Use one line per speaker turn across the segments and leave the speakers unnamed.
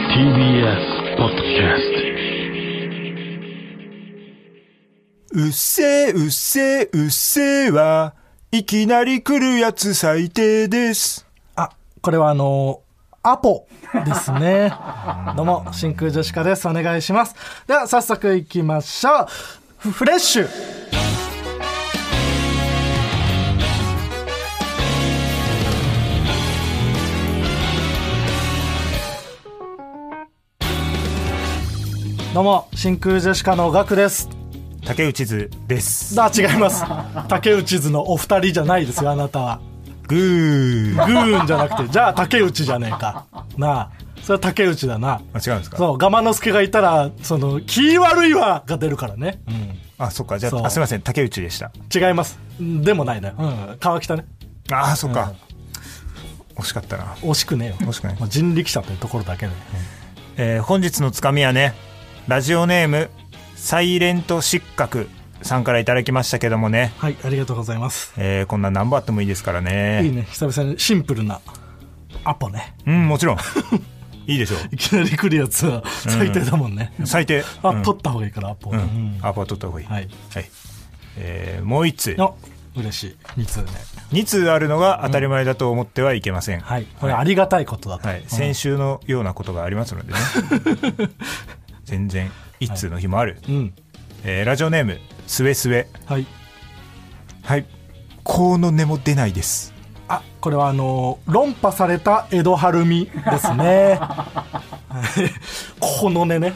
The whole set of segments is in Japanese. TBS ポッドキャス
うっせえ、うっせえ、うっせえは、いきなり来るやつ最低です。
あ、これはあのアポですね。どうも、真空ジェシカです。お願いします。では、早速行きましょう。フフレッシュどうも、真空ジェシカのガクです。
竹内図です。
あ、違います。竹内図のお二人じゃないですよ、あなたは。
グー。
グーンじゃなくて、じゃあ竹内じゃねえか。なあ。それは竹内だな。
あ、違うんですか
そう、ガマノスケがいたら、その、気悪いわが出るからね。
あ、そっか。じゃ
そう
あ、あすいません。竹内でした。
違います。でもないね。うん。川北ね。
あー、そっか。惜しかったな。
惜しくねえよ。
惜しくない
もう人力車というところだけで、
えー本日のつかみはね、ラジオネーム、サイレント失格さんからいただきましたけどもね、
はい、ありがとうございます。
えーこんな何本あってもいいですからね。
いいね。久々にシンプルなアポね。
うん、もちろん。いいでしょ
いきなり来るやつは最低だもんね。
う。最低。
あ、
うん
取った方がいいから、アポ。う
うんん、アパート取った方がいい。
はい。
えーもう一通。
の、嬉しい。2通ね。
2通あるのが当たり前だと思ってはいけません。
はい。これありがたいことだと。
はい、先週のようなことがありますの でね全然一通の日もある、
うん。
えーラジオネームすべすべ
はい。
はいこの根も出ないです
あ、これはあのー論破された江戸晴美ですね。 はいこのね ね。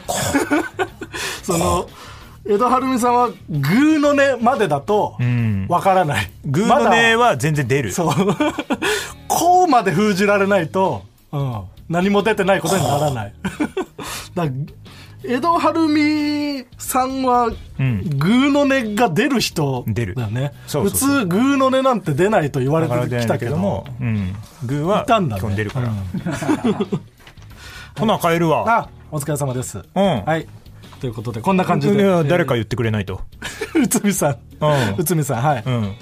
その、江戸晴美さんは、グーの音までだと
ん、
わからない。
グーの根
は、
は全然出る、
そう。 こうまで封じられないと、うん、何も出てないことにならない。 だ江戸晴美さんは、グ
ん
ーの音が出る人
出る
だよね。
そうそうそう
普通、グーの音なんて出ないと言われ
だから
て
出
き
ない
た
んだけ
け
ど
ど
も、、うん、グーはい
たんだね
基本出るから、
うん
ほな帰るわ
あ、お疲れ様です。
うん
はい。ということで、こんな感じ
い
で。
や誰か言ってくれないと、
えー。 内海さん。
うん
内海さん、はい。
うん
うん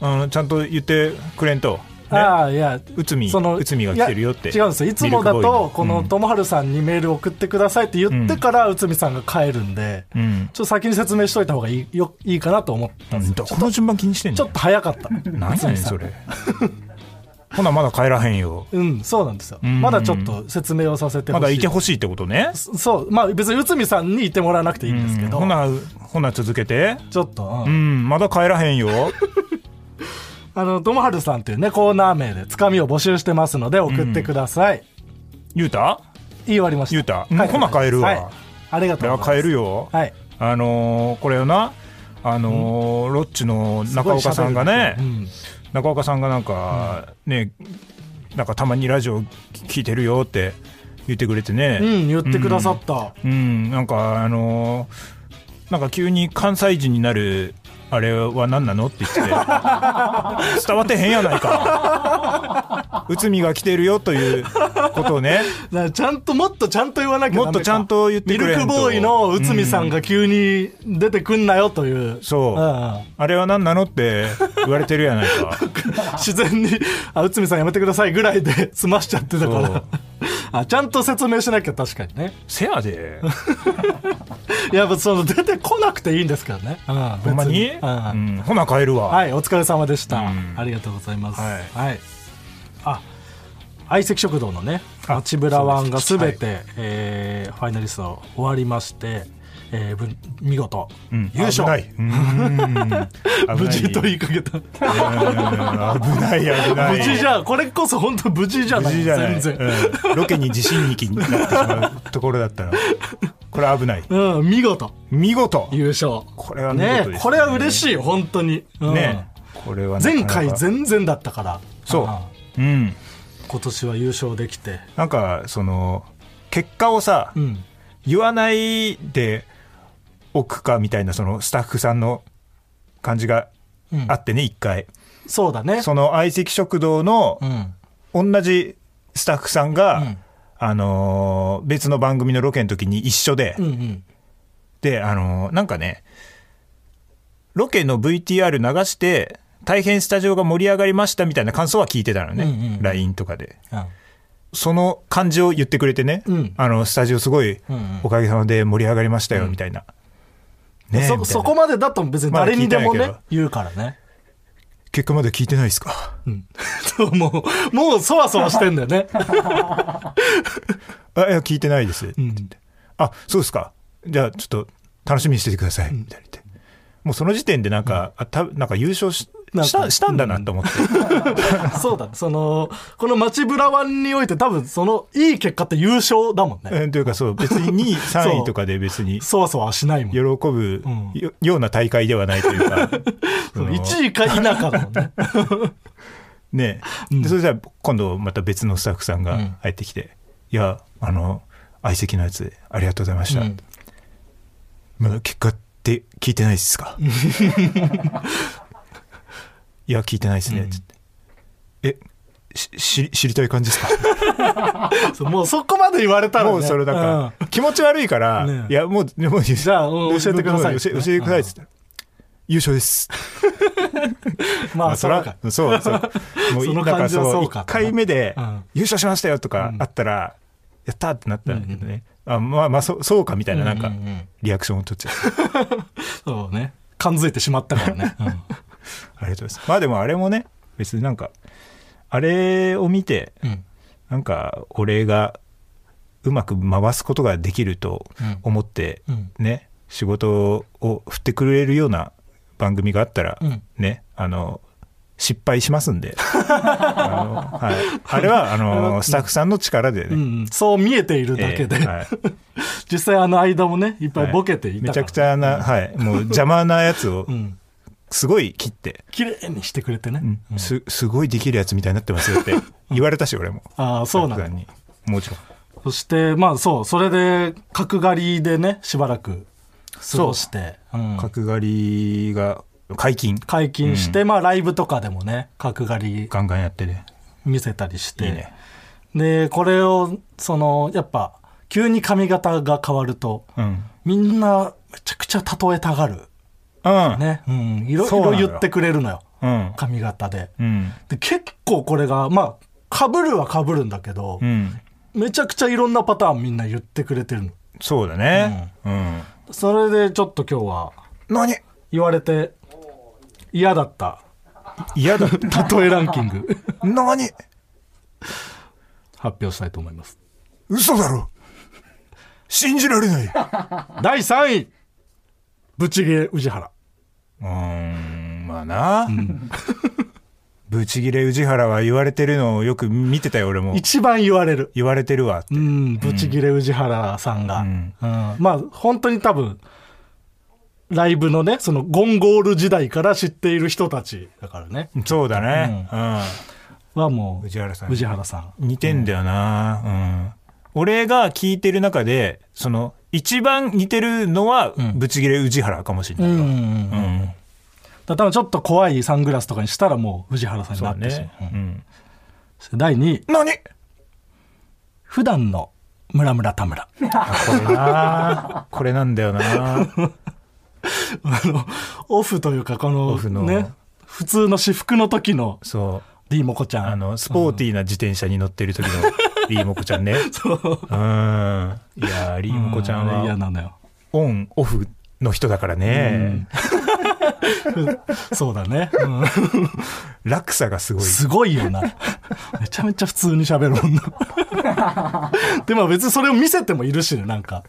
あのちゃんと言ってくれんと、ね、
ああ、いや、
内海内海が来てるよって
いや違うんですよ。いつもだ
ミルクボーイ
と
の、
この、
うん
ともはるさんにメール送ってくださいって言ってから、内海さんが帰るんで、
うん
ちょっと先に説明しといた方がいい、よ、いいかなと思ったんですよ。
どこの順番気にしてん
ち
の
ょっと早かった。
何やねんそれ ほなまだ帰らへんよ
うん、そうなんですよ。
ん
まだちょっと説明をさせてほしい。
まだいてほしいってことね
そう。まあ別に内海さんにいてもらわなくていいんですけど、
ほなほな続けて
ちょっと、うん
うんまだ帰らへんよ
あの、ともはるさんというね、コーナー名でつかみを募集してますので送ってください。
ゆうた
言い終わりました。
ゆう た
はい
ほな帰るわ
はいありが
こ
と
れ
う
は
ございます。
帰るよ、
はい。
あのーこれよなあのーロッチの中岡さんがね、
うん
中岡さんがなんか、ねなんかたまにラジオ聞いてるよって言ってくれてね
うん、言ってくださった。
うん、なんかあのーなんか急に関西人になるあれは何なのって言って 伝わってへんやないか内海が来てるよということをね
だからちゃんと、もっとちゃんと言わなきゃダメか
もっとちゃんと言ってくれん
ミ
と
ルクボーイの内海さんが急に出てくんなよという。
そう、
うん
あれは何なのって言われてるやないか
自然に、あ、内海さんやめてくださいぐらいで 済ましちゃってたか
そう
ら。あ、ちゃんと説明しなきゃ確かにね。
せやで
いやっぱその出てこなくていいんですけどね。うん。
ほんま に、
別
う
うん
ん、ほな帰るわ、
はい、お疲れ様でした。
うん
ありがとうございます。
は
はいい。あ、相席食堂のね、
あ
街ブラワンがすべて、
は
えーファイナリスト終わりまして、えーぶ見事、
うん、
優勝
危ないうん
無事と言
い
いかけた。無
うん危ない危ない
事じゃ、これこそ本当無事じゃな
無
い。
事じゃない
全然。
うんロケに地震域になってしまうところだったらこれは危ない
うん、見事、
見事
優勝。
これは見事
ね
ですね
これは嬉しい、本当に。うん
ねこれはなか
前
なか
回全然だったから。
そううん
うん今年は優勝できて。
なんかその結果をさ
うん。
言わないでおくかみたいなそのスタッフさんの感じがあってね一回
そうだね。
その相席食堂の
うん。
同じスタッフさんが、
うん
あのー別の番組のロケの時に一緒で、
うんうん。
で、あのーなんかね、ロケの VTR 流して、大変スタジオが盛り上がりましたみたいな感想は聞いてたのね、
うんうん
LINE とかで。
うん
その感じを言ってくれてね、
うん
あのスタジオすごい
うんうん
おかげさまで盛り上がりましたよ、みたいな。ねえみたい
そ
な
そこまでだと別に誰にでも
まだ聞いてない
ね
けど
言うからね
結果まだ聞いてないですか
もうもうそわそわしてんだよね
あいや聞いてないです、あそうですかじゃあちょっと楽しみにしててください、みたいな言ってもうその時点でなんか、あたなんか優勝し
なんか
したしたんだなと思って、
そうだそのこの街ブラワンにおいて多分そのいい結果って優勝だもんね
うん というかそう別に2位3位とかで別に
そわそわしないもん
喜ぶ
ん
よ,、うな大会ではないという か その
1位か否かだもんね
ね、でそれじゃあ今度また別のスタッフさんが入ってきて「いやあの相席のやつあり がとうございました」
うん
まだ結果って聞い てないですかいや聞いてないですね」つってえしし知りたい感じ ですか
そうもうそこまで言われたらね
もうそれだから、気持ち悪いから、
ね
いやもうもうじ
ゃあうん教えてください
教え教えてくださいっつって、優勝です
うんまあそ
そ
ら
らそう そうも
その感じは
だら
そうか
1回目で
うん
優勝しましたよとかあったら、やったーってなったんだけどね、あまあまあそうそうかみたいななんか
うんうんうん
リアクションを取っちゃって、
そうね感づいてしまったからね、うん
ありがとうございますまあでもあれもね別になんかあれを見て
うん
なんか俺がうまく回すことができると思って
うん
ね、仕事を振ってくれるような番組があったら
うん
ね、あの失敗しますん であの、はい、あれはあのスタッフさんの力でね、
うんそう見えているだけで、
えーはい
実際あの間もねいっぱいボケていた
めち
から、
ゃくちゃな、はい、もう邪魔なやつを
うん
すごい切って、
綺麗にしてくれてね、
うんすすごいできるやつみたいになってますよって言われたし俺も
ああそうなん
スタッ
だ
フさにもちろん
そしてまあそうそれで角刈りでねしばらく過ごして、うん
角刈りが解禁
解禁して、まあライブとかでもね角刈り
ガンガンやってね
見せたりして
いいね
でこれをそのやっぱ急に髪型が変わると
うん
みんなめちゃくちゃ例えたがる
うん、
ね、うん、いろい
そうな
ろ
のよ
言ってくれるのよ
うん
髪型で
うん
で結構これがまあかぶるはかぶるんだけど、
うん
めちゃくちゃいろんなパターンみんな言ってくれてるの
そうだねうん、
それでちょっと今日は
何
言われて嫌だった
嫌だ
例えランキ ング
何
発表したいと思います
嘘だろ信じられないう
第3位ブチギレ宇治原
ーんまあな、ブチギレ宇治原は言われてるのをよく見てたよ俺も
一番言われる
言われてるわって
うんブチギレ宇治原さんが、
ん
うんまあ本当に多分ライブのねそのゴンゴール時代から知っている人たちだからね
そうだね、うん
はもう
宇治原さん
宇治原さん
似てんだよな、うん俺が聞いてる中でその一番似てるのはブチギレ宇治原かもしれない、
うん
うん
だから多分ちょっと怖いサングラスとかにしたらもう藤原さんに
そ
な
う
ってしま
ね
う、うん
うん、
そして第2位
何
普段の村村田村
これ なこれなんだよな
あのオフというかこの
オフの
ね普通の私服の時の
そう
D もこちゃ
あ
ん
のスポーティーな自転車に乗ってる時のリーモコちゃんね
そう
うんいやーリーモコちゃん
うあれ嫌
は
なのよ
オンオフの人だからね、
そうだね、うん
落差がすごい
すごいよなめちゃめちゃ普通に喋るもんな でも別にそれを見せてもいるしねなんか、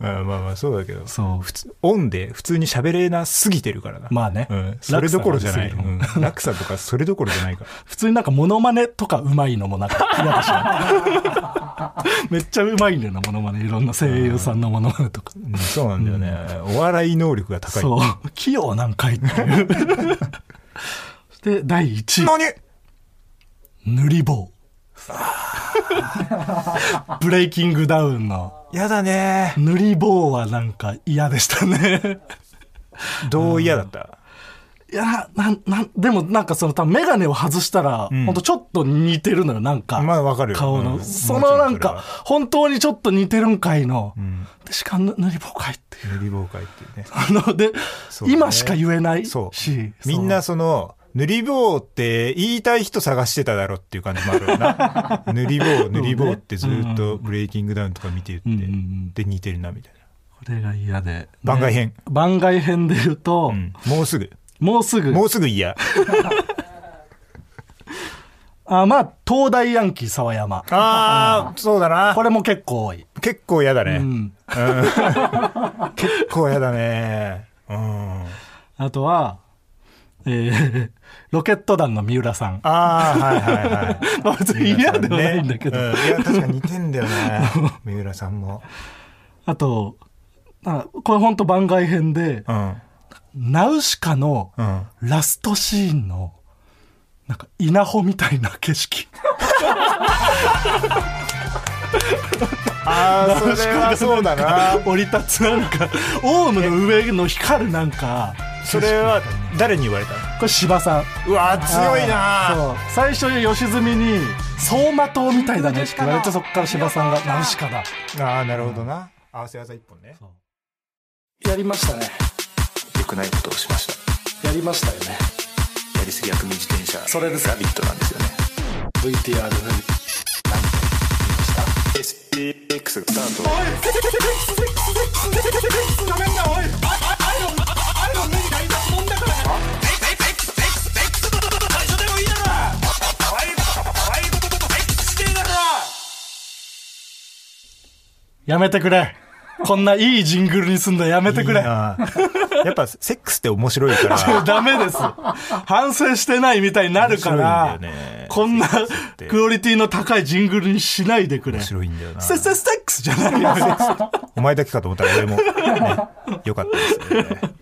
うんまあまあそうだけど
そう
普通オンで普通に喋れなすぎてるからな
まあね
うん、それどころじゃない
落差が
うん落差とかそれどころじゃないから
普通になんかモノマネとかうまいのもなんか嫌だし なめっちゃうまいんだよなモノマネいろんな声優さんのモノマネとか、
うんそうなんだよね、お笑い能力が高い
そう器用なんかいっていうそして第1位
何
塗り棒ブレイキングダウンの
やだね
塗り棒はなんか嫌でしたね
どう嫌だった、
いやなんなんでもなんかその多分眼鏡を外したら、ほんとちょっと似てるのよなんか、
まあわかるよ
顔の、
うん
そのなんか本当にちょっと似てるんかいの、
ん
でしかも塗り棒かいっていう
塗り棒会っていうね
あので、
そうね
今しか言えないし
そう
そう
みんなその塗り棒って言いたい人探してただろっていう感じもあるよ な。塗り棒、塗り棒ってずっとブレイキングダウンとか見てって、
うんうんうん
で似てるなみたい
これが嫌で、ね
番外編
番外編で言うと、
な。うん。もうすぐ。
もうすぐ
もうすぐ嫌。
あまあ東大ヤンキー沢山
ああ、そうだな。
これも結構多い、
結構嫌だね。
うん、
結構嫌だね。うん。
あとは、えー ロケット団の三浦さん
ああ、はいはいはい。
まあ別に 嫌ではないんだけど、
ねうんいや、確かに似てん だよね。三浦さんも。
あとあこれ本当番外編で、
うん。
ナウシカの
うん。
ラストシーンのなんか稲穂みたいな景色
ああ、それはそうだな。
降り立つなんかオウムの上の光るなんか
それは誰に言われたの
これ芝さん
うわー強いな
そう最初に吉住に「走馬灯みたいだね」って言われてそっから芝さんが「ナウシカだ
ああなるほどな合わせ技一本ね」
やりましたね
良くないことをしました
やりましたよね
やりすぎ悪味自転車
それです
ラビットなんですよ ね
VTR
で SPX スタート
やめてくれこんないいジングルにすんのやめてくれ
いいなやっぱセックスって面白い から
もうダメです反省してないみたいになるか
面白い
ら
んだよね
こんな
て
クオリティの高いジングルにしないでくれ
面白いんだよな
セセセックスじゃないよ
お前だけかと思ったら俺も、ね、 よかったですね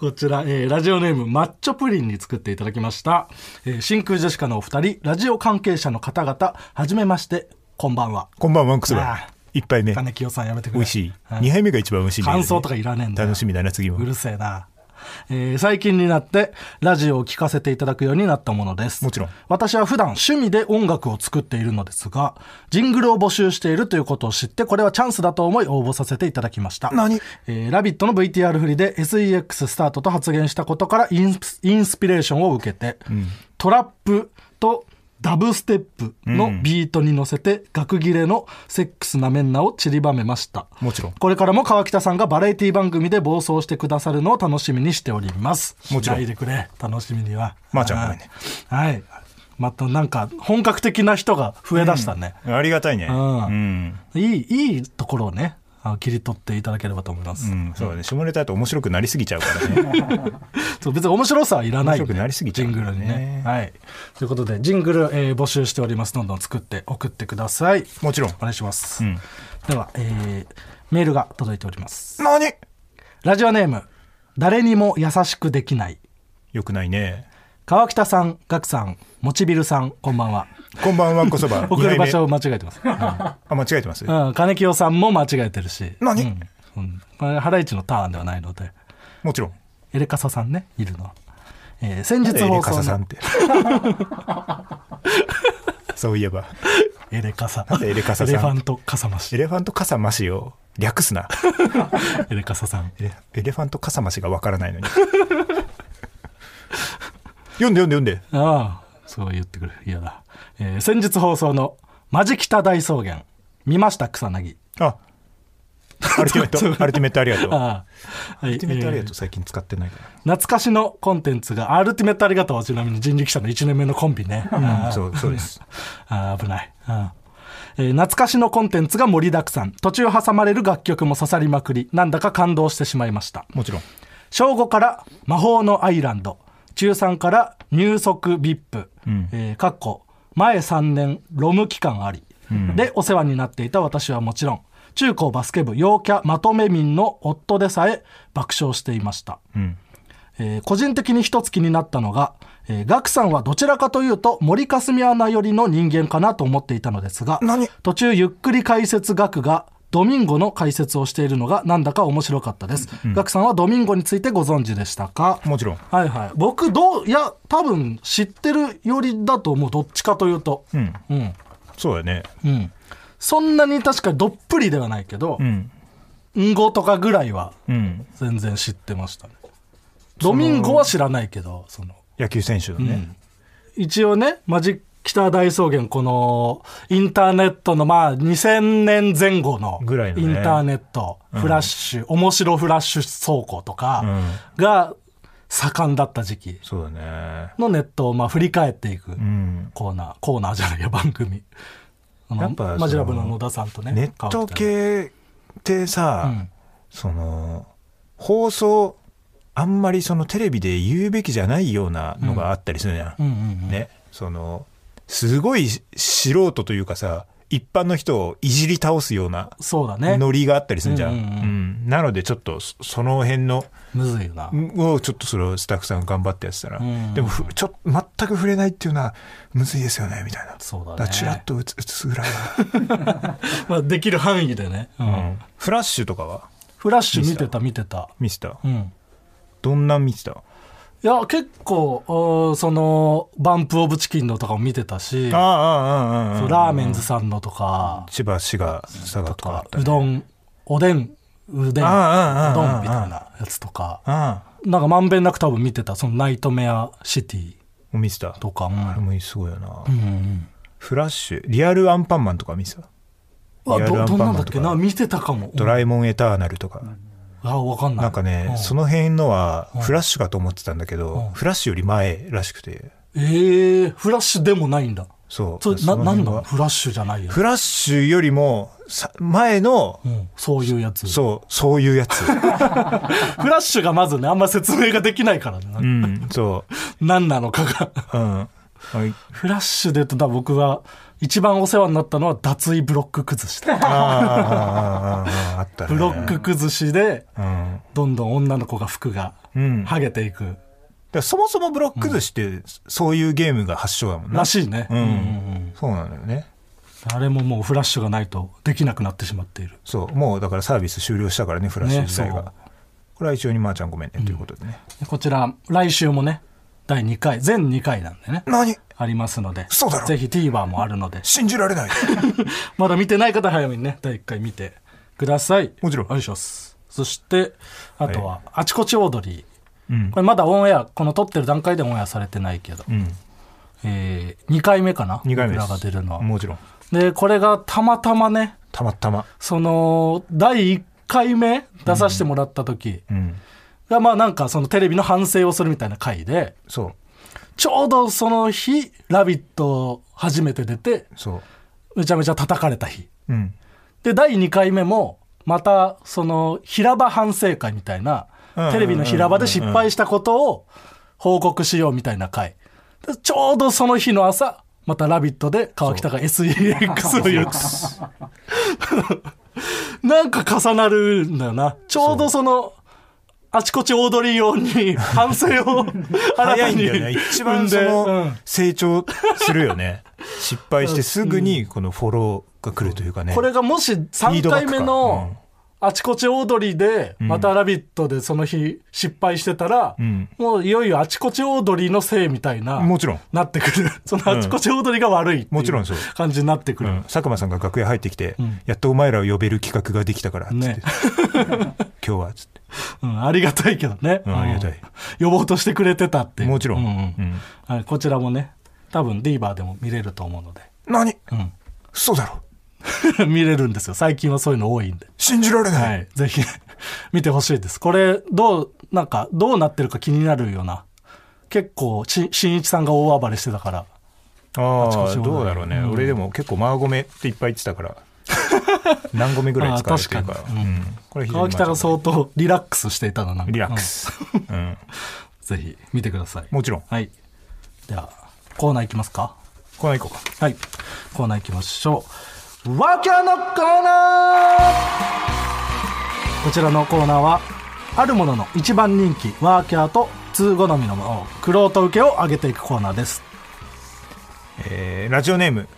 こちら、えーラジオネームマッチョプリンに作っていただきました、えー真空ジェシカのお二人ラジオ関係者の方々はじめましてこんばんは
こんばんはワンクスだ
ああ
一杯目
金清さんやめてくれ
美味しい
は
二杯目が一番美味しいんだよね
感想とかいらねえんだよ
楽しみだな次も
うるせえな、えー最近になってラジオを聴かせていただくようになったものです
もちろん
私は普段趣味で音楽を作っているのですがジングルを募集しているということを知ってこれはチャンスだと思い応募させていただきました
何
えーラビット!」の VTR 振りで SEX スタートと発言したことからインスインスピレーションを受けて、トラップとダブステップのビートに乗せて、額切れのセックスなめんなを散りばめました
もちろん
これからも川北さんがバラエティ番組で暴走してくださるのを楽しみにしております
もちろん
しないでくれ楽しみには
まーちゃん
はい
ごめんね
はいまたなんか本格的な人が増えだしたね、
ありがたいねう
うん
ん、
いいいいところをねあの切り取っていただければと思います、
うん、そうだね下ネタだと面白くなりすぎちゃうから ね
そう別に面白さはいらない、
面白くなりすぎちゃう
ジ
か
ング
ら
ル
ね
にね。はい。ということで、ジングル、えー募集しております。どんどん作って送ってください。
もちろん
お願いします。
うん
では、えーメールが届いております。
何
ラジオネーム、誰にも優しくできない。
よくないね
川北さん、ガクさん、もちびるさん、こんばんは。
こんばんはわんこそば
送る場所
二
を間違えてます。
杯目あ間違えてます
うん、金清さんも間違えてるし。
何
うんうん、これ、ハライチのターンではないので。
もちろん
エレカサさんね、いるのは。えー先日
エレ
放
カ
送
サさ
の
んって そういえば
エレカサ。
んでエレカサさん
エレファントカサマシ
エ。レファントカサマシを略すな
エレカサさん。
エレエレファントカサマシがわからないのに 読んで読んで読んで
ああ、そう言ってくる。嫌だ。えー先日放送のマジ北大草原。見ました草薙。
あアルティメットアルティメットありがとうア
ああ、はい。
ルティメットありが
えー
とう最近使ってないか
懐かしのコンテンツが、アルティメットありがとうはちなみに人力車の1年目のコンビね。あ
ら、う
あ
ん、そうそうです
あー危ない、うんえー懐かしのコンテンツが盛りだくさん途中挟まれる楽曲も刺さりまくりなんだか感動してしまいました
もちろん
正午から魔法のアイランド中3から入足 VIP、えーかっこ前3年ロム期間あり、でお世話になっていた私はもちろん中高バスケ部陽キャまとめ民の夫でさえ爆笑していました、えー個人的に一つ気になったのが、えーガクさんはどちらかというと森かすみアナ寄りの人間かなと思っていたのですが
何
途中ゆっくり解説ガクがドミンゴの解説をしているのがなんだか面白かったです、ガクさんはドミンゴについてご存知でしたか
もちろん
はいはい僕どういや多分知ってるよりだと思うどっちかというと
うん
うん
そうだね
うんそんなに確かにどっぷりではないけど
う、ん
うんごとかぐらいは
うん
全然知ってましたね。ドミンゴは知らないけど、その、
野球選手のね、
一応ね、マジック北大草原、この、インターネットの、まあ、2000年前後の、イン
ぐらいのね
ターネット、フラッシュ、面白フラッシュ走行とかが盛んだった時期
そうだね
のネットを、まあ、振り返っていく
うん
コーナー、コーナーじゃないや、番組。あの
やっぱその
マジラブの野田さんとね、
ネット系ってさ、
うん
その放送あんまりそのテレビで言うべきじゃないようなのがあったりするじゃん、
うんうんうん
ねそのすごい素人というかさ一般の人をいじり倒すような
そうだね。
ノリがあったりするじゃん、
うんうんうん
うんなのでちょっとそその辺の
むずいよな。
をちょっとそれをスタッフさん頑張ってやってたら、
うん
でもふちょ全く触れないっていうのはむずいですよねみたいな
そうだね
からチラッと映すぐらいは、
まあ、できる範囲でね、うん
うんフラッシュとかは
フラッシュ見てた、見てた。
見せた
うん。
どんなん見てた
いや、結構、うんその、バンプオブチキンのとかも見てたし、
あ
そ
ああああああ
うラーメンズさんのとか、
千葉滋賀佐賀と
と
かあ
か
っ、たね
うどん、おでん、うでん、うど
ああああああ
んみたいなやつとか、
ああ
なんかまんべんなく多分見てた、そのナイトメアシティ
もう見てた
とか
あれ
も。
もすごいよな、
うんうん
フラッシュリアルアンパンマンとか見てた
うん。あ、
リアルア
ど、
ンパ
ど
ン
ん
マ
な
ン
んだ
と
っ
か
けな見てたかも。
ドラえもんエターナルとか
あ、わかんない。
なんかね
う
その辺のはフラッシュかと思ってたんだけどフラッシュより前らしくて
ええフラッシュでもないんだ。
そう
それ、な、
の
な
辺
んだ
は
フラッシュじゃないよ。
フラッシュよりもさ前の
うん、そういうやつ。
そうそういうや つ
フラッシュがまずね、あんま説明ができないからね。
うんそ
何なのかが。
ううんはい
フラッシュで言うと、だ僕は一番お世話になったのは脱衣ブロック崩し
ああああ
だ
あああったね
ブロック崩しで、
うん
どんどん女の子が服が、
うん
はげていく。
だからそもそもブロック寿司って、そういうゲームが発祥だもん
ら
な。
しいね。
うん
うん
そうなのよね。
あれももうフラッシュがないとできなくなってしまっている。
そう。もうだからサービス終了したからね、フラッシュ
ね
自体が。
そう
これは一応にまーちゃんごめんね、ということでね。
でこちら、来週もね、第2回、全2回なんでね。
何
ありますので。
そうだろ
ぜひ TVer もあるので。
信じられない。
まだ見てない方は早めにね、第1回見てください。
もちろん
お願いします。そして、あとは、あちこちオードリー。
うん
これまだオンエア、この撮ってる段階でオンエアされてないけど、
うん。
えー、2回目かな
2回目で
僕らが
す。
出るのは。
もちろん。
で、これがたまたまね、
たまたま。
その、第1回目出させてもらった時
うん。
が、まあなんかそのテレビの反省をするみたいな回で、
そう。
ちょうどその日、ラビット初めて出て、
そう。
めちゃめちゃ叩かれた日。
うん。
で第2回目もまたその平場反省会みたいな
うんうんうんうん
テレビの平場で失敗したことを報告しようみたいな回でちょうどその日の朝また「ラビット!」で川北が SEX を 言うなんか重なるんだよなちょうどそのあちこちオードリー用に反省を新
早
た
いんだ
に
よね。一
生ん
番そ
でう
の
ん、
成長するよ ね。失敗してすぐにこのフォローが来るというかね。
これがもし
フィー
3
ドバッ
回
クか
目のあちこちオードリーで、また「ラビット!」でその日失敗してたら、
ん
もういよいよあちこちオードリーのせいみたいな、
もちろん
なってくる。そのあちこちオードリーが悪いっていう
もちろんそう
感じになってく
う
る。
ん、佐久間さんが楽屋入ってきて、やっとお前らを呼べる企画ができたからっつって、
ね
今日はっつって
うんありがたいけどね。
うんありがたい
呼ぼうとしてくれてたっていう
もちろん
ううん
うん
はいこちらもね、多分 DVer でも見れると思うので。
何、
ん
そうだろ
見れるんですよ。最近はそういうの多いんで。
信じられない、
はい。 ぜひ見てほしいです。これ、どう、なんか、どうなってるか気になるような。結構、し、新一さんが大暴れしてたから。
あ
ちこち
あ
もね
どうだろうね、俺でも結構マーゴメっていっぱい言ってたから 何ゴメぐらい使われてるか
あ
ら
ー確かに
うんこれ非常
川
に
北が
う
相当リラックスしていたのなんか
リラックス、うん
うんぜひ見てください。
もちろん
はい。では、コーナーいきますか。
この行こうか
はい。コーナーいきましょう。ワキャのコーナーこちらのコーナーは、あるものの一番人気、ワーキャーと通好みのもの、クロート受けを上げていくコーナーです。
えーラジオネーム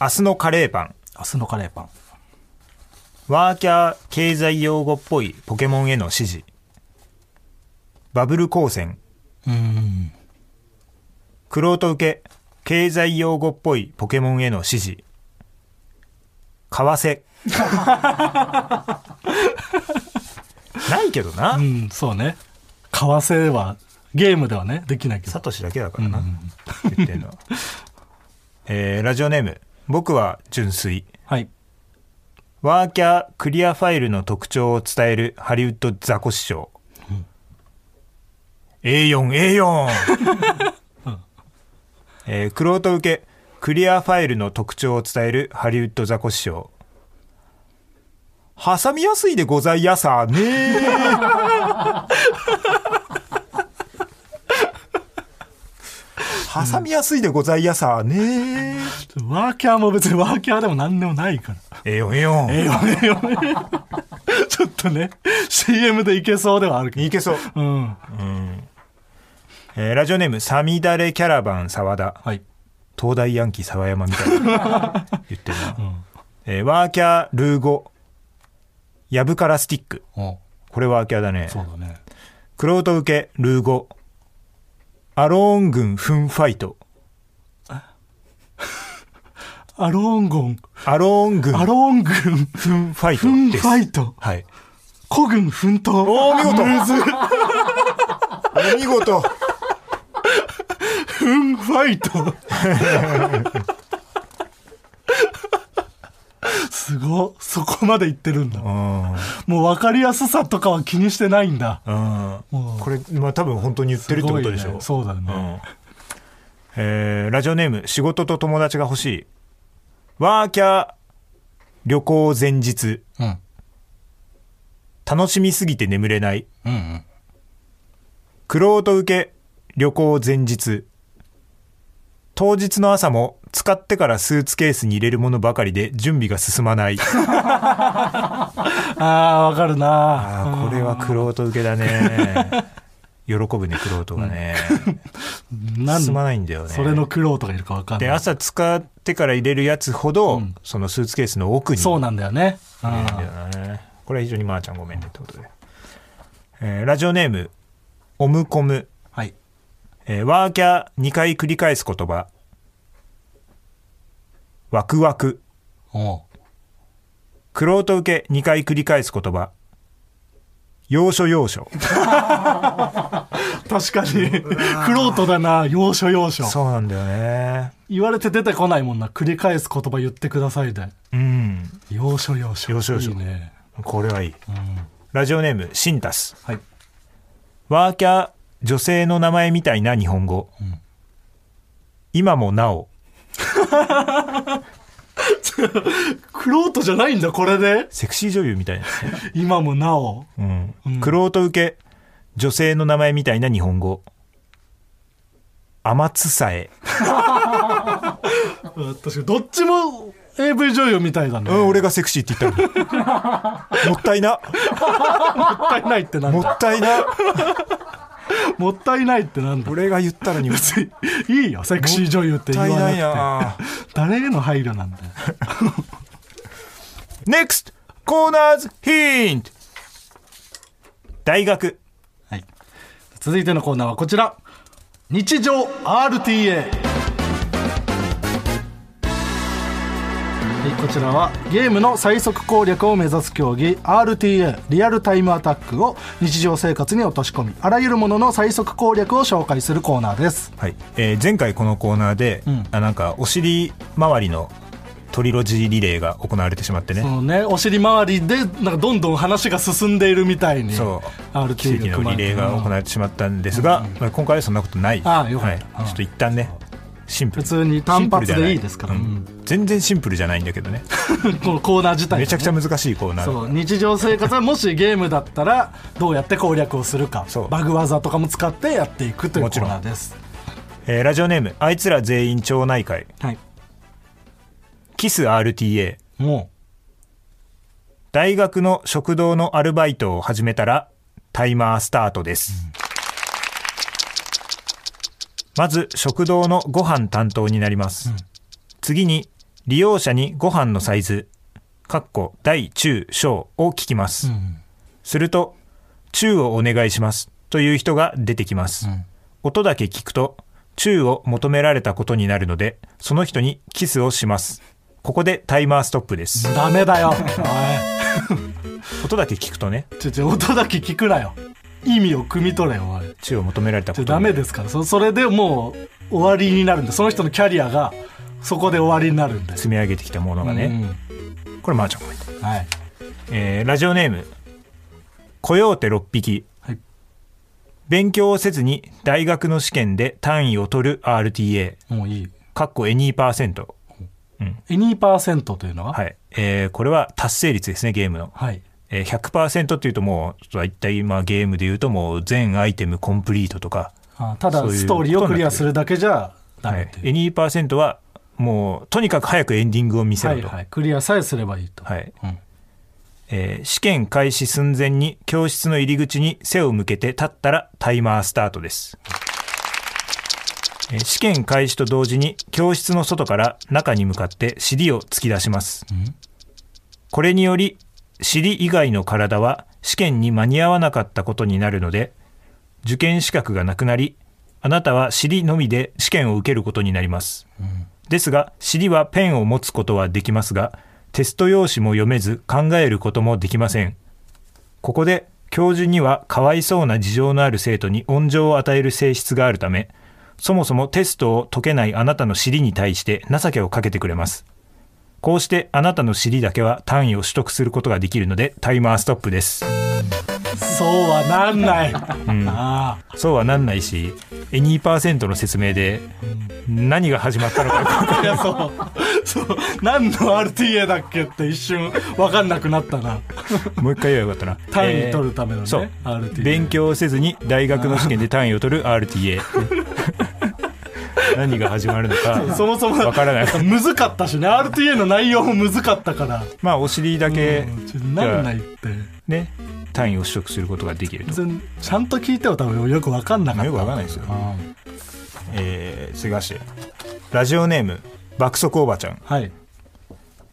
明日のカレーパン
明日のカレーパン。
ワーキャー経済用語っぽいポケモンへの指示バブル光線
うん。
クロート受け経済用語っぽいポケモンへの指示為 替ないけどな、
うん、そうね。為替はゲームではねできないけ
サ
ど
トシだけだからな、言ってんのはえーラジオネーム僕は純粋
はい
ワーキャークリアファイルの特徴を伝えるハリウッドザコシショウ A4A4 えー、クロート受けクリアファイルの特徴を伝えるハリウッドザコシショウ挟みやすいでございやさねー挟みやすいでございやさね
ワーキャーも別にワーキャーでも何でもないから
ー A4A4
ええよねええよねちょっとね CM でいけそうではあるけど
いけそう
うん
えーラジオネーム、サミダレキャラバン沢田。
はい
東大ヤンキー沢山みたいな。 言ってるな。えーワーキャー、ルーゴ。ヤブカラスティック。
お
これワーキャーだね。
そうだね
クロート受け、ルーゴ。アローン軍、フンファイト。
アローンゴン
アローン軍、
アローン軍
フンファイト
フン
で
フ
す。
ァイト
はい。
孤軍奮闘
おー、見事
むずい
お見事
フンファイト すごそこまでいってるんだ
うん。
もう分かりやすさとかは気にしてないんだ
うん。
もう
これ、まあ多分本当に言ってるってことでし
すご
ょ。
いねそうだね、
うんえーラジオネーム仕事と友達が欲しいワーキャー旅行前日
うん
楽しみすぎて眠れない
うんうん
クロート受け旅行前日当日の朝も使ってからスーツケースに入れるものばかりで準備が進まない
ああ分かるな
あーこれはクロート受けだね 喜ぶねクロートがね
なん
進まないんだよね
それの苦労とかいるか分かんない
で朝使ってから入れるやつほど、そのスーツケースの奥に
そうなんだよね、うん
いいんだよねこれは非常にまーちゃんごめんねってことで、えーラジオネームオムコム、
はい
えーワーキャー2回繰り返す言葉ワクワク
おう
クロート受け2回繰り返す言葉要所要所
確かに苦労とだな要所要所
そうなんだよね
言われて出てこないもんな繰り返す言葉言ってくださいで
うん
要所要所
要所要所
いいね
これはいい、ラジオネームシンタス
はい
ワーキャー女性の名前みたいな日本語、今もなお
クロートじゃないんだこれで
セクシー女優みたいな
今もなお
うんクロート受け女性の名前みたいな日本語天津さえ、
うん確かにどっちも AV 女優みたいだね、
うん、俺がセクシーって言ったの もったいな
もったいないってなん
も
だ
ったいな
もったいないってなんだ
俺が言ったのにもっ
別にいいよセクシー女優って言
た
わ
いない
なくて
な
誰への配慮なんだよ
NEXT コーナーズヒント大学
はい続いてのコーナーはこちら日常 RTA はい、こちらはゲームの最速攻略を目指す競技 RTA リアルタイムアタックを日常生活に落とし込みあらゆるものの最速攻略を紹介するコーナーです
はい、えー前回このコーナーで、
うん
あなんかお尻周りのトリロジーリレーが行われてしまってね
そのねお尻周りでなんかどんどん話が進んでいるみたいに
そう、奇
RTA が
跡のリレーが行われてしまったんですが、まあ、今回はそんなことない、
ああよか
は
っ
い
た、
ちょっと一旦ね、シンプル
普通に単発でいいですから
シンプルじゃないうん全然シンプルじゃないんだけどね、
このコーナー自体がね
めちゃくちゃ難しいコーナー
そう日常生活はもしゲームだったらどうやって攻略をするか
そう
バグ技とかも使ってやっていくという
も
コ
ち
ー
ろん
ナーです
えーラジオネーム、あいつら全員町内会、
はい
キス RTA、
も
大学の食堂のアルバイトを始めたら、タイマースタートです。まず、食堂のご飯担当になります。次に、利用者にご飯のサイズ、かっこ大、中、小を聞きます。すると、中をお願いしますという人が出てきます。音だけ聞くと、中を求められたことになるので、その人にキスをします。ここでタイマーストップです
う。ダメだよおい
音だけ聞くとね
ちょちょ音だけ聞くなよ意味を汲み取れよあれ
知恵を求められた
じ
こ
ゃ
と
ダメですからそそれでもう終わりになるんでその人のキャリアがそこで終わりになるんで
積み上げてきたものがね、これまーちゃんコメント、
うんはい
えーラジオネーム「コヨーテ6匹」
はい
勉強をせずに大学の試験で単位を取る RTA
もういい
かっこエニーパーセント
エニーパーセントというのは
はい、えーこれは達成率ですねゲームの、
はい
えー、100%っていうともうちょっと大体まあゲームでいうともう全アイテムコンプリートとか、
あただ
そういう
ストーリーをクリアするだけじゃダ
は
メっ
い
て、
エ
いう
ニーパーセントはもうとにかく早くエンディングを見せ
は
ろ
い
と、
はいクリアさえすればいいと
はい
うん
えー試験開始寸前に教室の入り口に背を向けて立ったらタイマースタートです、えー試験開始と同時に教室の外から中に向かって尻を突き出します、これにより尻以外の体は試験に間に合わなかったことになるので受験資格がなくなりあなたは尻のみで試験を受けることになります、ですが尻はペンを持つことはできますがテスト用紙も読めず考えることもできませんここで教授にはかわいそうな事情のある生徒に温情を与える性質があるためそもそもテストを解けないあなたの尻に対して情けをかけてくれますこうしてあなたの尻だけは単位を取得することができるのでタイマーストップです
そうはなんない、ああ
そうはなんないしエニーパーセントの説明で何が始まったのかよくわかんない
いやそうそう何の RTA だっけって一瞬分かんなくなったな
もう一回言えばよかったな
単位取るためのね
えーそう
RTA
勉強をせずに大学の試験で単位を取る RTA 何が始まるのか
そもそも
わからない
むずかったしね RTA の内容もむずかったから
まあお尻だけ
うんちょっとなんないって
ね単位を取得することができると
全然ちゃんと聞いても多分よく分かんなかった
よくわかんないですよ
あ
えー、次ましてラジオネーム爆速おばちゃん、
あはい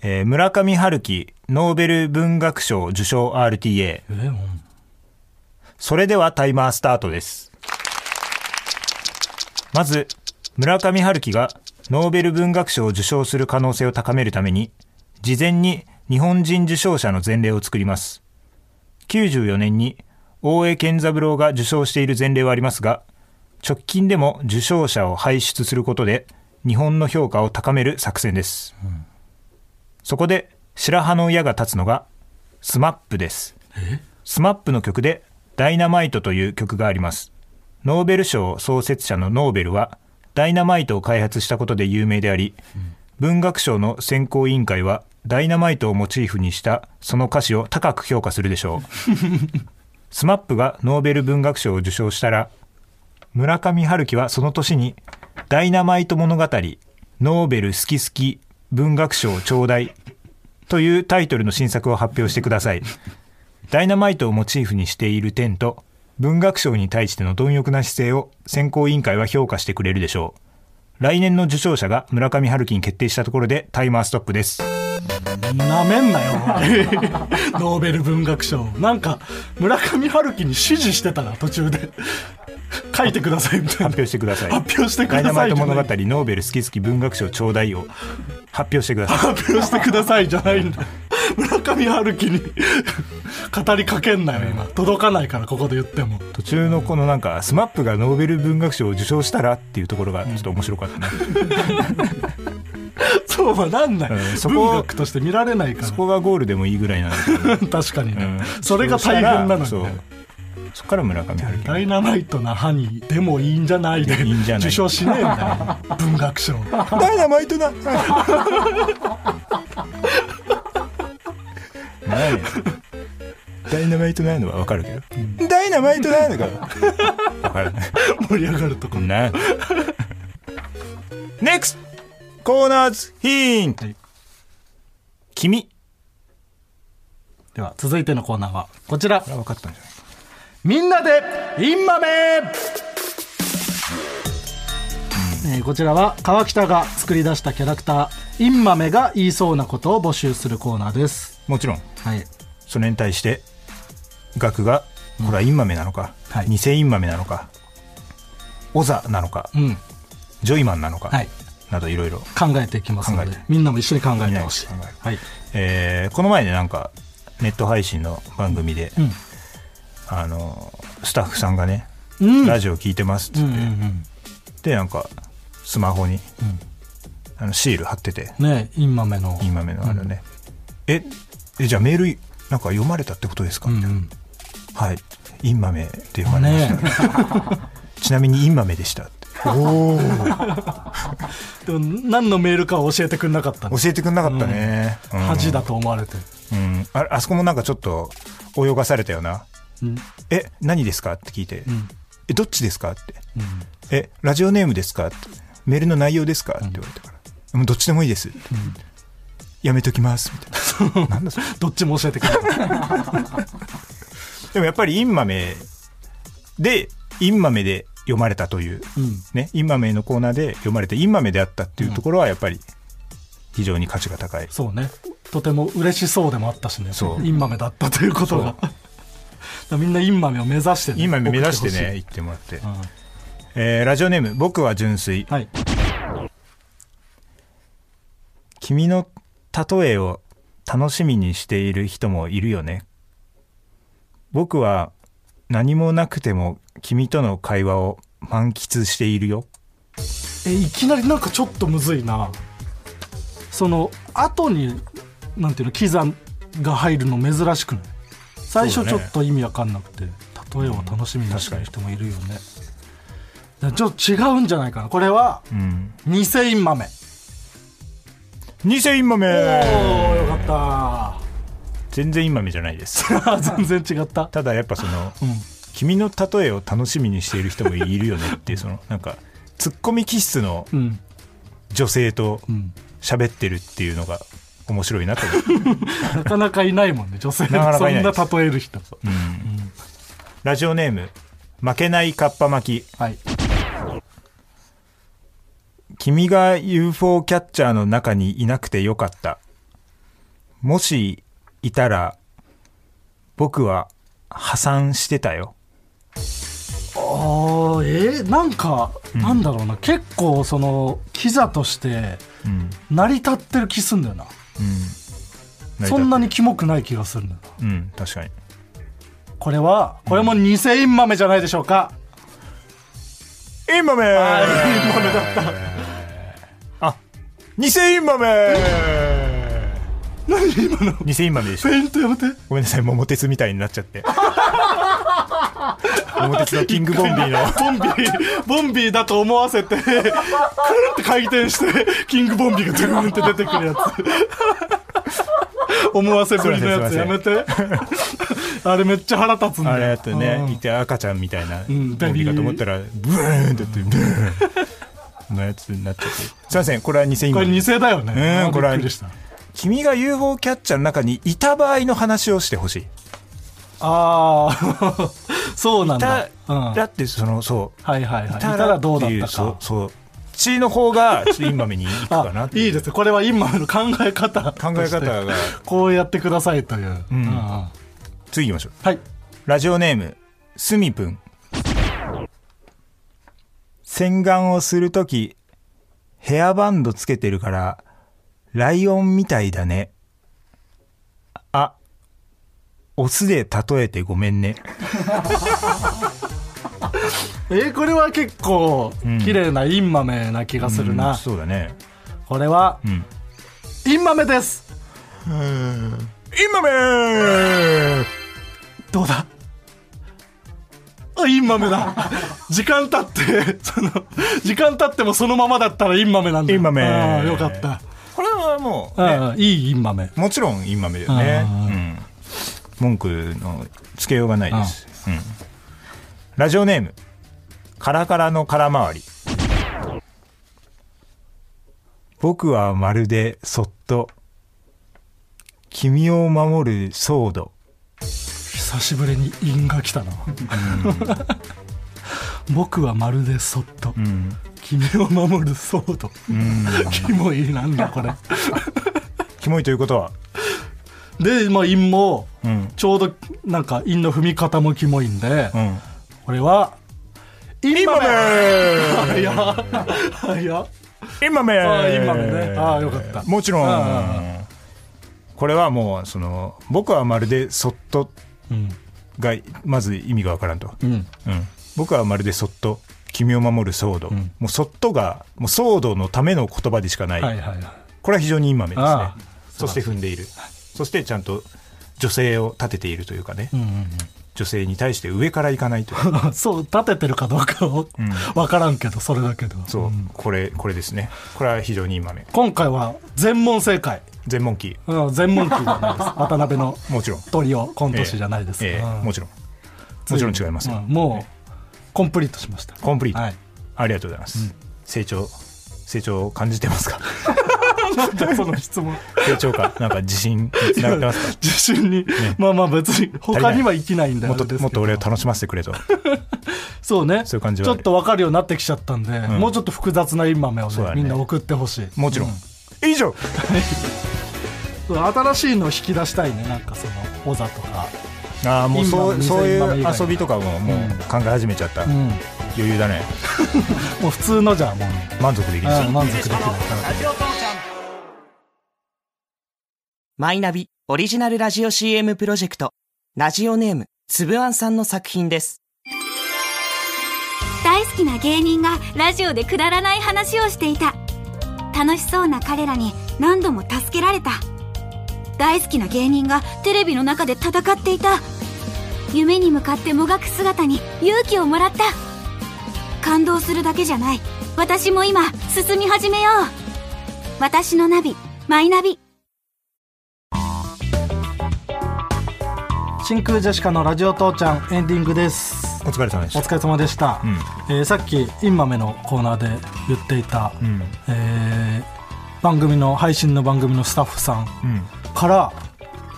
えー村上春樹ノーベル文学賞受賞 RTA
えーうん
それではタイマースタートです。まず、村上春樹がノーベル文学賞を受賞する可能性を高めるために、事前に日本人受賞者の前例を作ります。94年に大江健三郎が受賞している前例はありますが、直近でも受賞者を輩出することで、日本の評価を高める作戦です。そこで、白羽の矢が立つのが、スマップです。スマップの曲で「ダイナマイト」という曲がありますノーベル賞創設者のノーベルはダイナマイトを開発したことで有名であり、文学賞の選考委員会はダイナマイトをモチーフにしたその歌詞を高く評価するでしょうスマップがノーベル文学賞を受賞したら村上春樹はその年に「ダイナマイト物語ノーベル好き好き文学賞頂戴」というタイトルの新作を発表してくださいダイナマイトをモチーフにしている点と文学賞に対しての貪欲な姿勢を選考委員会は評価してくれるでしょう来年の受賞者が村上春樹に決定したところでタイマーストップです
なめんなよお 前ノーベル文学賞なんか村上春樹に指示してたな途中で書いてくださいみたい
発
な
表してください
発表してください
ダイナマイト物語
じゃ
ノ
ない
ーベル好き好き文学賞頂戴を発表してください
発表してくださいじゃないんだ村上春樹に語りかけんなよ今届かないからここで言っても
途中のこのなんかスマップがノーベル文学賞を受賞したらっていうところがちょっと面白かったね、
そうはなんない、
うんそこ
文学として見られないから
そこがゴールでもいいぐらいなんですよ
確かにね、
うん
それが大変なの
そ
に、
う
ね、
そっから村上春樹
ダイナマイトな歯にでもいいんじゃないで
いいんじゃない
受賞しねえんだよ文学賞
ダイナマイトだ。ない。ダイナマイトないのはわかるけど。ダイナマイトないのか。わからない。
盛り上がるとこ
な。NEXT コーナーズヒント
はい。
君。
では続いてのコーナーはこちら
分かったんじゃない。
みんなでインマメえーこちらは川北が作り出したキャラクターインマメが言いそうなことを募集するコーナーです
もちろん
はい
それに対してガクがこれはインマメなのか、
はい
偽インマメなのか、オザなのか、
うん
ジョイマンなのか、
はい
などいろいろ。
考えていきますの
考え
で
て
みんなも一緒に考えてほしい
みんなで考え
はい
えーこの前ねなんかネット配信の番組で、
うん
あのスタッフさんがね、
うん
ラジオ聞いてますっつって、
うん
でなんかスマホに、あのシール貼ってて
うんねインマメの
今目のあれね、ええじゃあメールなんか読まれたってことですか
う
み
ん
たいうな、
ん
はいインマメって読まれました、
ね
ちなみにインマメでしたって
でも何のメールかは教えてくれなかったんで
教えてくれなかったね、うん
恥だと思われて
うん、ああそこもなんかちょっと泳がされたよな
うん
「え何ですか?」って聞いて「
ん
えどっちですか?」って
うん
「えラジオネームですか?」って「メールの内容ですか?」って言われたから「もうどっちでもいいです」やめときます」みたいななんだそれ
どっちも教えてくれなかった
でもやっぱりインマメでインマメで読まれたという、
うん
ねインマメのコーナーで読まれてインマメであったっていうところはやっぱり非常に価値が高い、
そうねとても嬉しそうでもあったしね
そう
インマメだったということがだからみんなインマメを目指してね
インマメ目指して
送っ
ね
ほ
行ってもらって、
ん
えーラジオネーム「僕は純粋」
しいはい
君の例えを楽しみにしている人もいるよね僕は何もなくても君との会話を満喫しているよ
えいきなりなんかちょっとむずいなその後になんていうのキザが入るの珍しくない最
そう
初
だ
ち
ね
ょっと意味わかんなくて、例えば楽しみにしてる人もいるよねだからちょっと違うんじゃないかなこれは
うん
偽インマメ
偽インマ
おお
メ
よか
全然インマメじゃないです
った 全然違った
ただやっぱその
うん
君の例えを楽しみにしている人もいるよねっていうそのなんかツッコミ気質の
うん
女性と
うん
喋ってるっていうのが面白いなと思って
なかなかいないもんね女性で
なかなかいないです
そんな例える人
ラジオネーム負けないかっぱ巻き
はい
君が UFO キャッチャーの中にいなくてよかった。もしいたら、僕は破産してたよ。
ああえーなんか、なんだろうな結構そのキザとして
うん。うん。
成り立ってる気すんだよなそんなにキモくない気がするんだよ
う
な
ん、確かに。
これはこれも偽インマメじゃないでしょうか、
インマメ
あ
ー
ーインマメだった
偽インマメ
何今のフ
ー偽インマメでした。
ェイントやめて
ごめんなさい、桃鉄みたいになっちゃって。桃鉄のキングボンビーの。
ボンビーボンビーだと思わせてくるって回転してキングボンビーがドゥーンって出てくるやつ思わせぶりのやつ
すい
や
ま
めてあれめっちゃ腹立つんだよ
あれやって
うん
ね、いて赤ちゃんみたいな、ボ
ん
ンビーかと思ったら、ブーンってやって、ブーン のやつになっちゃって。すいません、これは偽イン
こ
マ
れ
メ
偽
です。
だよね。
うん
あー
これは
びっくりした。
君が UFO キャッチャーの中にいた場合の話をしてほしい。
ああ、そうなんだ
だ。
うん、
だって、その、そう。
はいはいはい。い
い
たらどうだ
ってい
った
そう
か。
そう。血の方が、ちょっとインマメに行くかな
あ
って
い
い。
いですす。これは今の考え方。
考え方。が、
こうやってくださいという。うんんは
次行きましょう。
い。
ラジオネーム、すみぷん。洗顔をするとき、ヘアバンドつけてるから、ライオンみたいだね。あ、オスで例えてごめんね。
えーこれは結構、
ん
綺麗なインマメな気がするな。
うんそうだね。
これは、
うん。
インマメです。
インマメー
どうだあ、インマメだ。 時間経って、その、時間経ってもそのままだったらインマメなんだ。
インマメ
あーよかった。
これはもう、ね、
ああいいインマメ。
もちろんインマメだよね
あ。
うん。文句のつけようがないです。うん。ラジオネーム、カラカラの空回り。僕はまるでそっと、君を守るソード。
久しぶりに韻が来たな、 僕はまるでそっと、
うん。
君を守るソード、 キモいなんだこれ
キモいということは、
で、まあ、韻も
うん。
ちょうどなんか韻の踏み方もキモいんで、
うん。
これは韻
インマ
マ
メ
メ
ー
早っ早っ
インマメ
ああインマメねああよかった
もちろ
うん
んこれはもうその僕はまるでそっと
うん
がまず意味がわからんと、
うん
うん僕はまるでそっと君を守る騒動、
ん
もうそっとがもう騒動のための言葉でしかない、
はいはいはい
これは非常に今目ですね
ああ
そして踏んでいるそしてちゃんと女性を立てているというかね、
うんうん
女性に対して上からいかないという
うん そう立ててるかどうかを
ん
分からんけどそれだけど
そう、これこれですねこれは非常に今目
今回は全問正解
全問記
うん全問記じゃない です渡辺の
もちろん
トリオコント師じゃないです
ええ
うん
もちろんもちろん違いますよ、
うんもうコンプリートしました
コンプリート、
はい
ありがとうございます、成長成長を感じてますか
その質問
成長かなんか自信につながってますか
自信に、まあまあ別に他には生きない んだ
も
よ
っ
で
と
すけど
もっと俺を楽しませてくれと
そうね
そういう感じ
ち
はあ
ょ
る
っと分かるようになってきちゃったんで、もうちょっと複雑なインマメを
そう
ね
だね
みんな送ってほしい
もちろん、
う
以上
そう新しいのを引き出したいねなんかその小座とか
ああもうそ
インマ
う
ム
そうい
インマム以
う
外の
遊びとかももう考え始めちゃった、
うん
余裕だね
もう普通のじゃもうね、
満足できるし
うん満足できる
マイナビオリジナルラジオ CM プロジェクト、ラジオネーム、つぶあんさんの作品です。
大好きな芸人がラジオでくだらない話をしていた楽しそうな彼らに何度も助けられた大好きな芸人がテレビの中で戦っていた夢に向かってもがく姿に勇気をもらった感動するだけじゃない私も今進み始めよう私のナビマイナビ
真空ジェシカのラジオ父ちゃんエンディングです
お疲れ様でし
お
た
疲れ様でした、えーさっきインマメのコーナーで言っていた、
うん
えー番組の配信の番組のスタッフさん
うん
から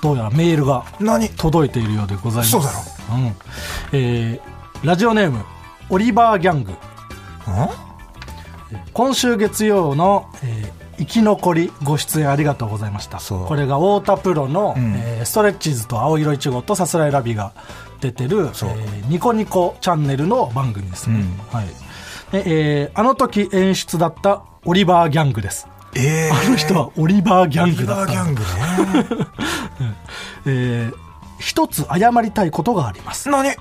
どうやらメールが
何
届いているようでございます
そうだ
ろうんえーラジオネームオリバーギャング今週月曜の、えー生き残りご出演ありがとうございました
そう
これが太田プロの、
ん
えーストレッチーズと青色いちごとさすらいラビが出てる、え
そう
ーニコニコチャンネルの番組ですね、はいでえーあの時演出だったオリバーギャングです
ええ
あの人はオリバーギャングだ
バ
っ
ーギ
た
ャ
ん
ン
だ
グね
えー一つ謝りたいことがあり ます
何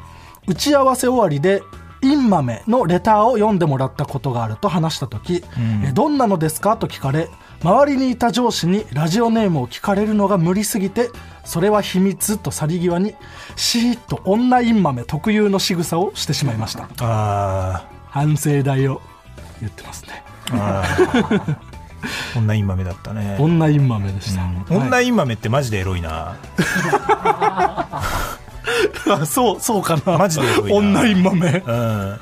打ち合わせ終わりで「インマメ」のレターを読んでもらったことがあると話した時「えどんなのですか?」と聞かれ周りにいた上司にラジオネームを聞かれるのが無理すぎてそれは秘密と去り際にシーッと女インマメ特有の仕草をしてしまいました
あ
反省代を言ってますね
ーあー女インマメだったね
女インマメでした、
女インマメってマジでエロいな
あ そうそうかな
マジでエロいな
女インマメ
うん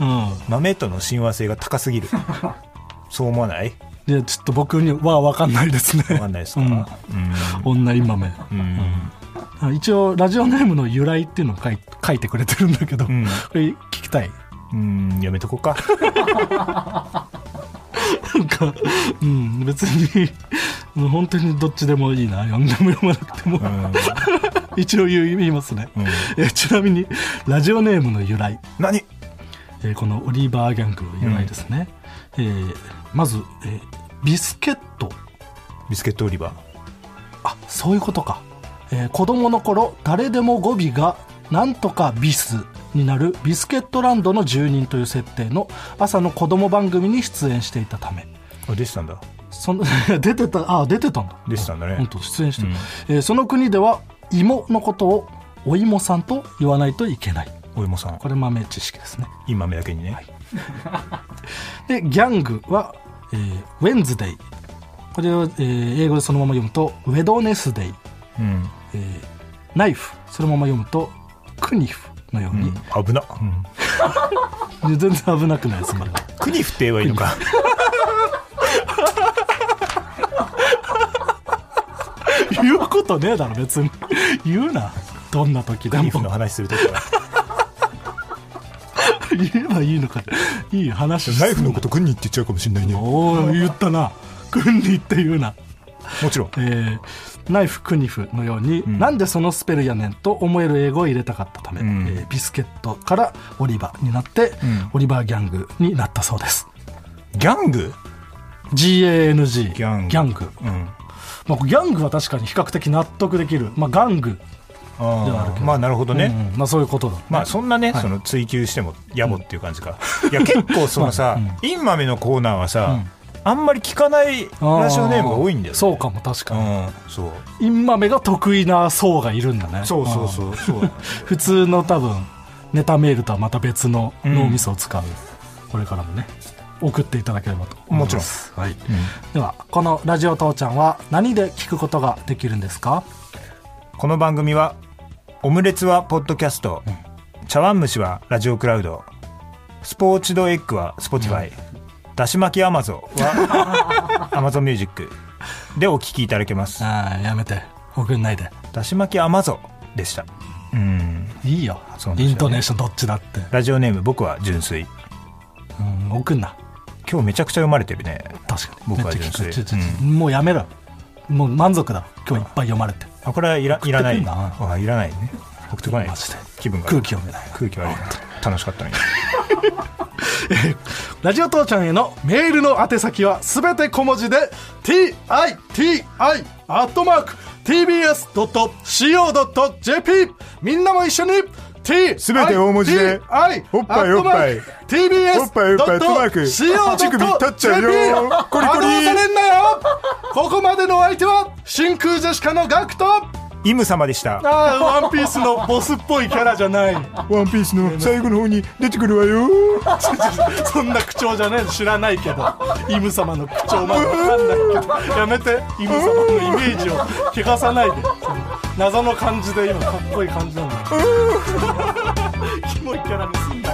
うん
豆との親和性が高すぎ るそう思わない
いやちょっと僕には分かんないですね
わかんないですか、
う
うんん
女インマメあ一応ラジオネームの由来っていうのを書い書いてくれてるんだけど、
ん
これ聞きたい
うん、やめとこうか
なんかうん別にもう本当にどっちでもいいな読んでも読まなくても、一応言い言いますね、えちなみにラジオネームの由来、
何
えーこのオリバーギャングの由来ですね、えーまず、えービスケット
ビスケット売り場
あそういうことか、えー子供の頃誰でも語尾がなんとかビスになるビスケットランドの住人という設定の朝の子供番組に出演していたため
あ出てたんだ
その 出てたあ出てたんだ
出てたんだね
本当出演してた、えーその国では芋のことをお芋さんと言わないといけない
お芋さん
これ豆知識ですね
インマメだけにね、
でギャングは、えーウェンズデイこれを、えー英語でそのまま読むとウェドネスデイ
うん
ナイフそのまま読むとクニフのように、
危な、うん
全然危なくないですこれは
クニフって言えばいいのか
言うことねえだろ別に 言うなどんな時で
クニフ
も
の話するときは
言えばいいのかいい話
ナイフのことクニって言っちゃうかもしれないねも
おお言ったなクニって言うな
ちろん
えーナイフクニフのように、なんでそのスペルやねんと思える英語を入れたかったため、
ん
えービスケットからオリバーになって、
ん
オリバーギャングになったそうです
ギャング
GANG
ギャング
ギャング
うん
まあ、ギャングは確かに比較的納得できる、まあ、ガング、ある
あ
け
ー
ど
まあなるほどね、
うんまあ、そういうことだ、
まあそんなね、その追求しても野暮っていう感じか、いや結構その さ、インマメのコーナーはさ、あんまり聞かないラジオネームが多いんだよ、ね、
そうかも確か
う
に、
んそう
インマメが得意な層がいるんだね
そうそうそうそう
うん普通の多分ネタメールとはまた別の脳みそを使う、これからもね送っていただければと思いますはいではこの「ラジオ父ちゃん」は何で聞くことができるんですか
この番組はオムレツはポッドキャスト、茶碗蒸しはラジオクラウドスポーチドエッグはスポティファイだし巻きアマゾンは アマゾンミュージックでお聞きいただけます
ああやめて送んないで
だし巻きアマゾンでしたうん
いいよ
そうなんですよね
イントネーションどっちだって、
ラジオネーム僕は純粋
うん、送んな
今日めちゃくちゃ読まれてるね
確かに
僕は
めっちゃ聞く
純粋
ちょちょちょもうやめろもう満足だ今日いっぱい読まれて
あこれはいらいらない
送ってくんな
あいらないね送ってこない
マジで
気分が
空気読めない
空気悪いな楽しかったね
ラジオ父ちゃんへのメールの宛先はすべて小文字で TITI-TBS.CO.JP みんなも一緒に T
すべて大文字で
I
おっぱいおっぱい
TBS
おっぱいおっぱいトマーク
CO.JP
乳首立っちゃうよコリコリ
惑わされんなよここまでのお相手は真空ジェシカのガクト
イム様でした
ああワンピースのボスっぽいキャラじゃない
ワンピースの最後の方に出てくるわよ
そんな口調じゃねえ知らないけどイム様の口調までわかんないけどやめてイム様のイメージを汚さないでその 謎の感じで今かっこいい感じなんだよキモいキャラにすんなよ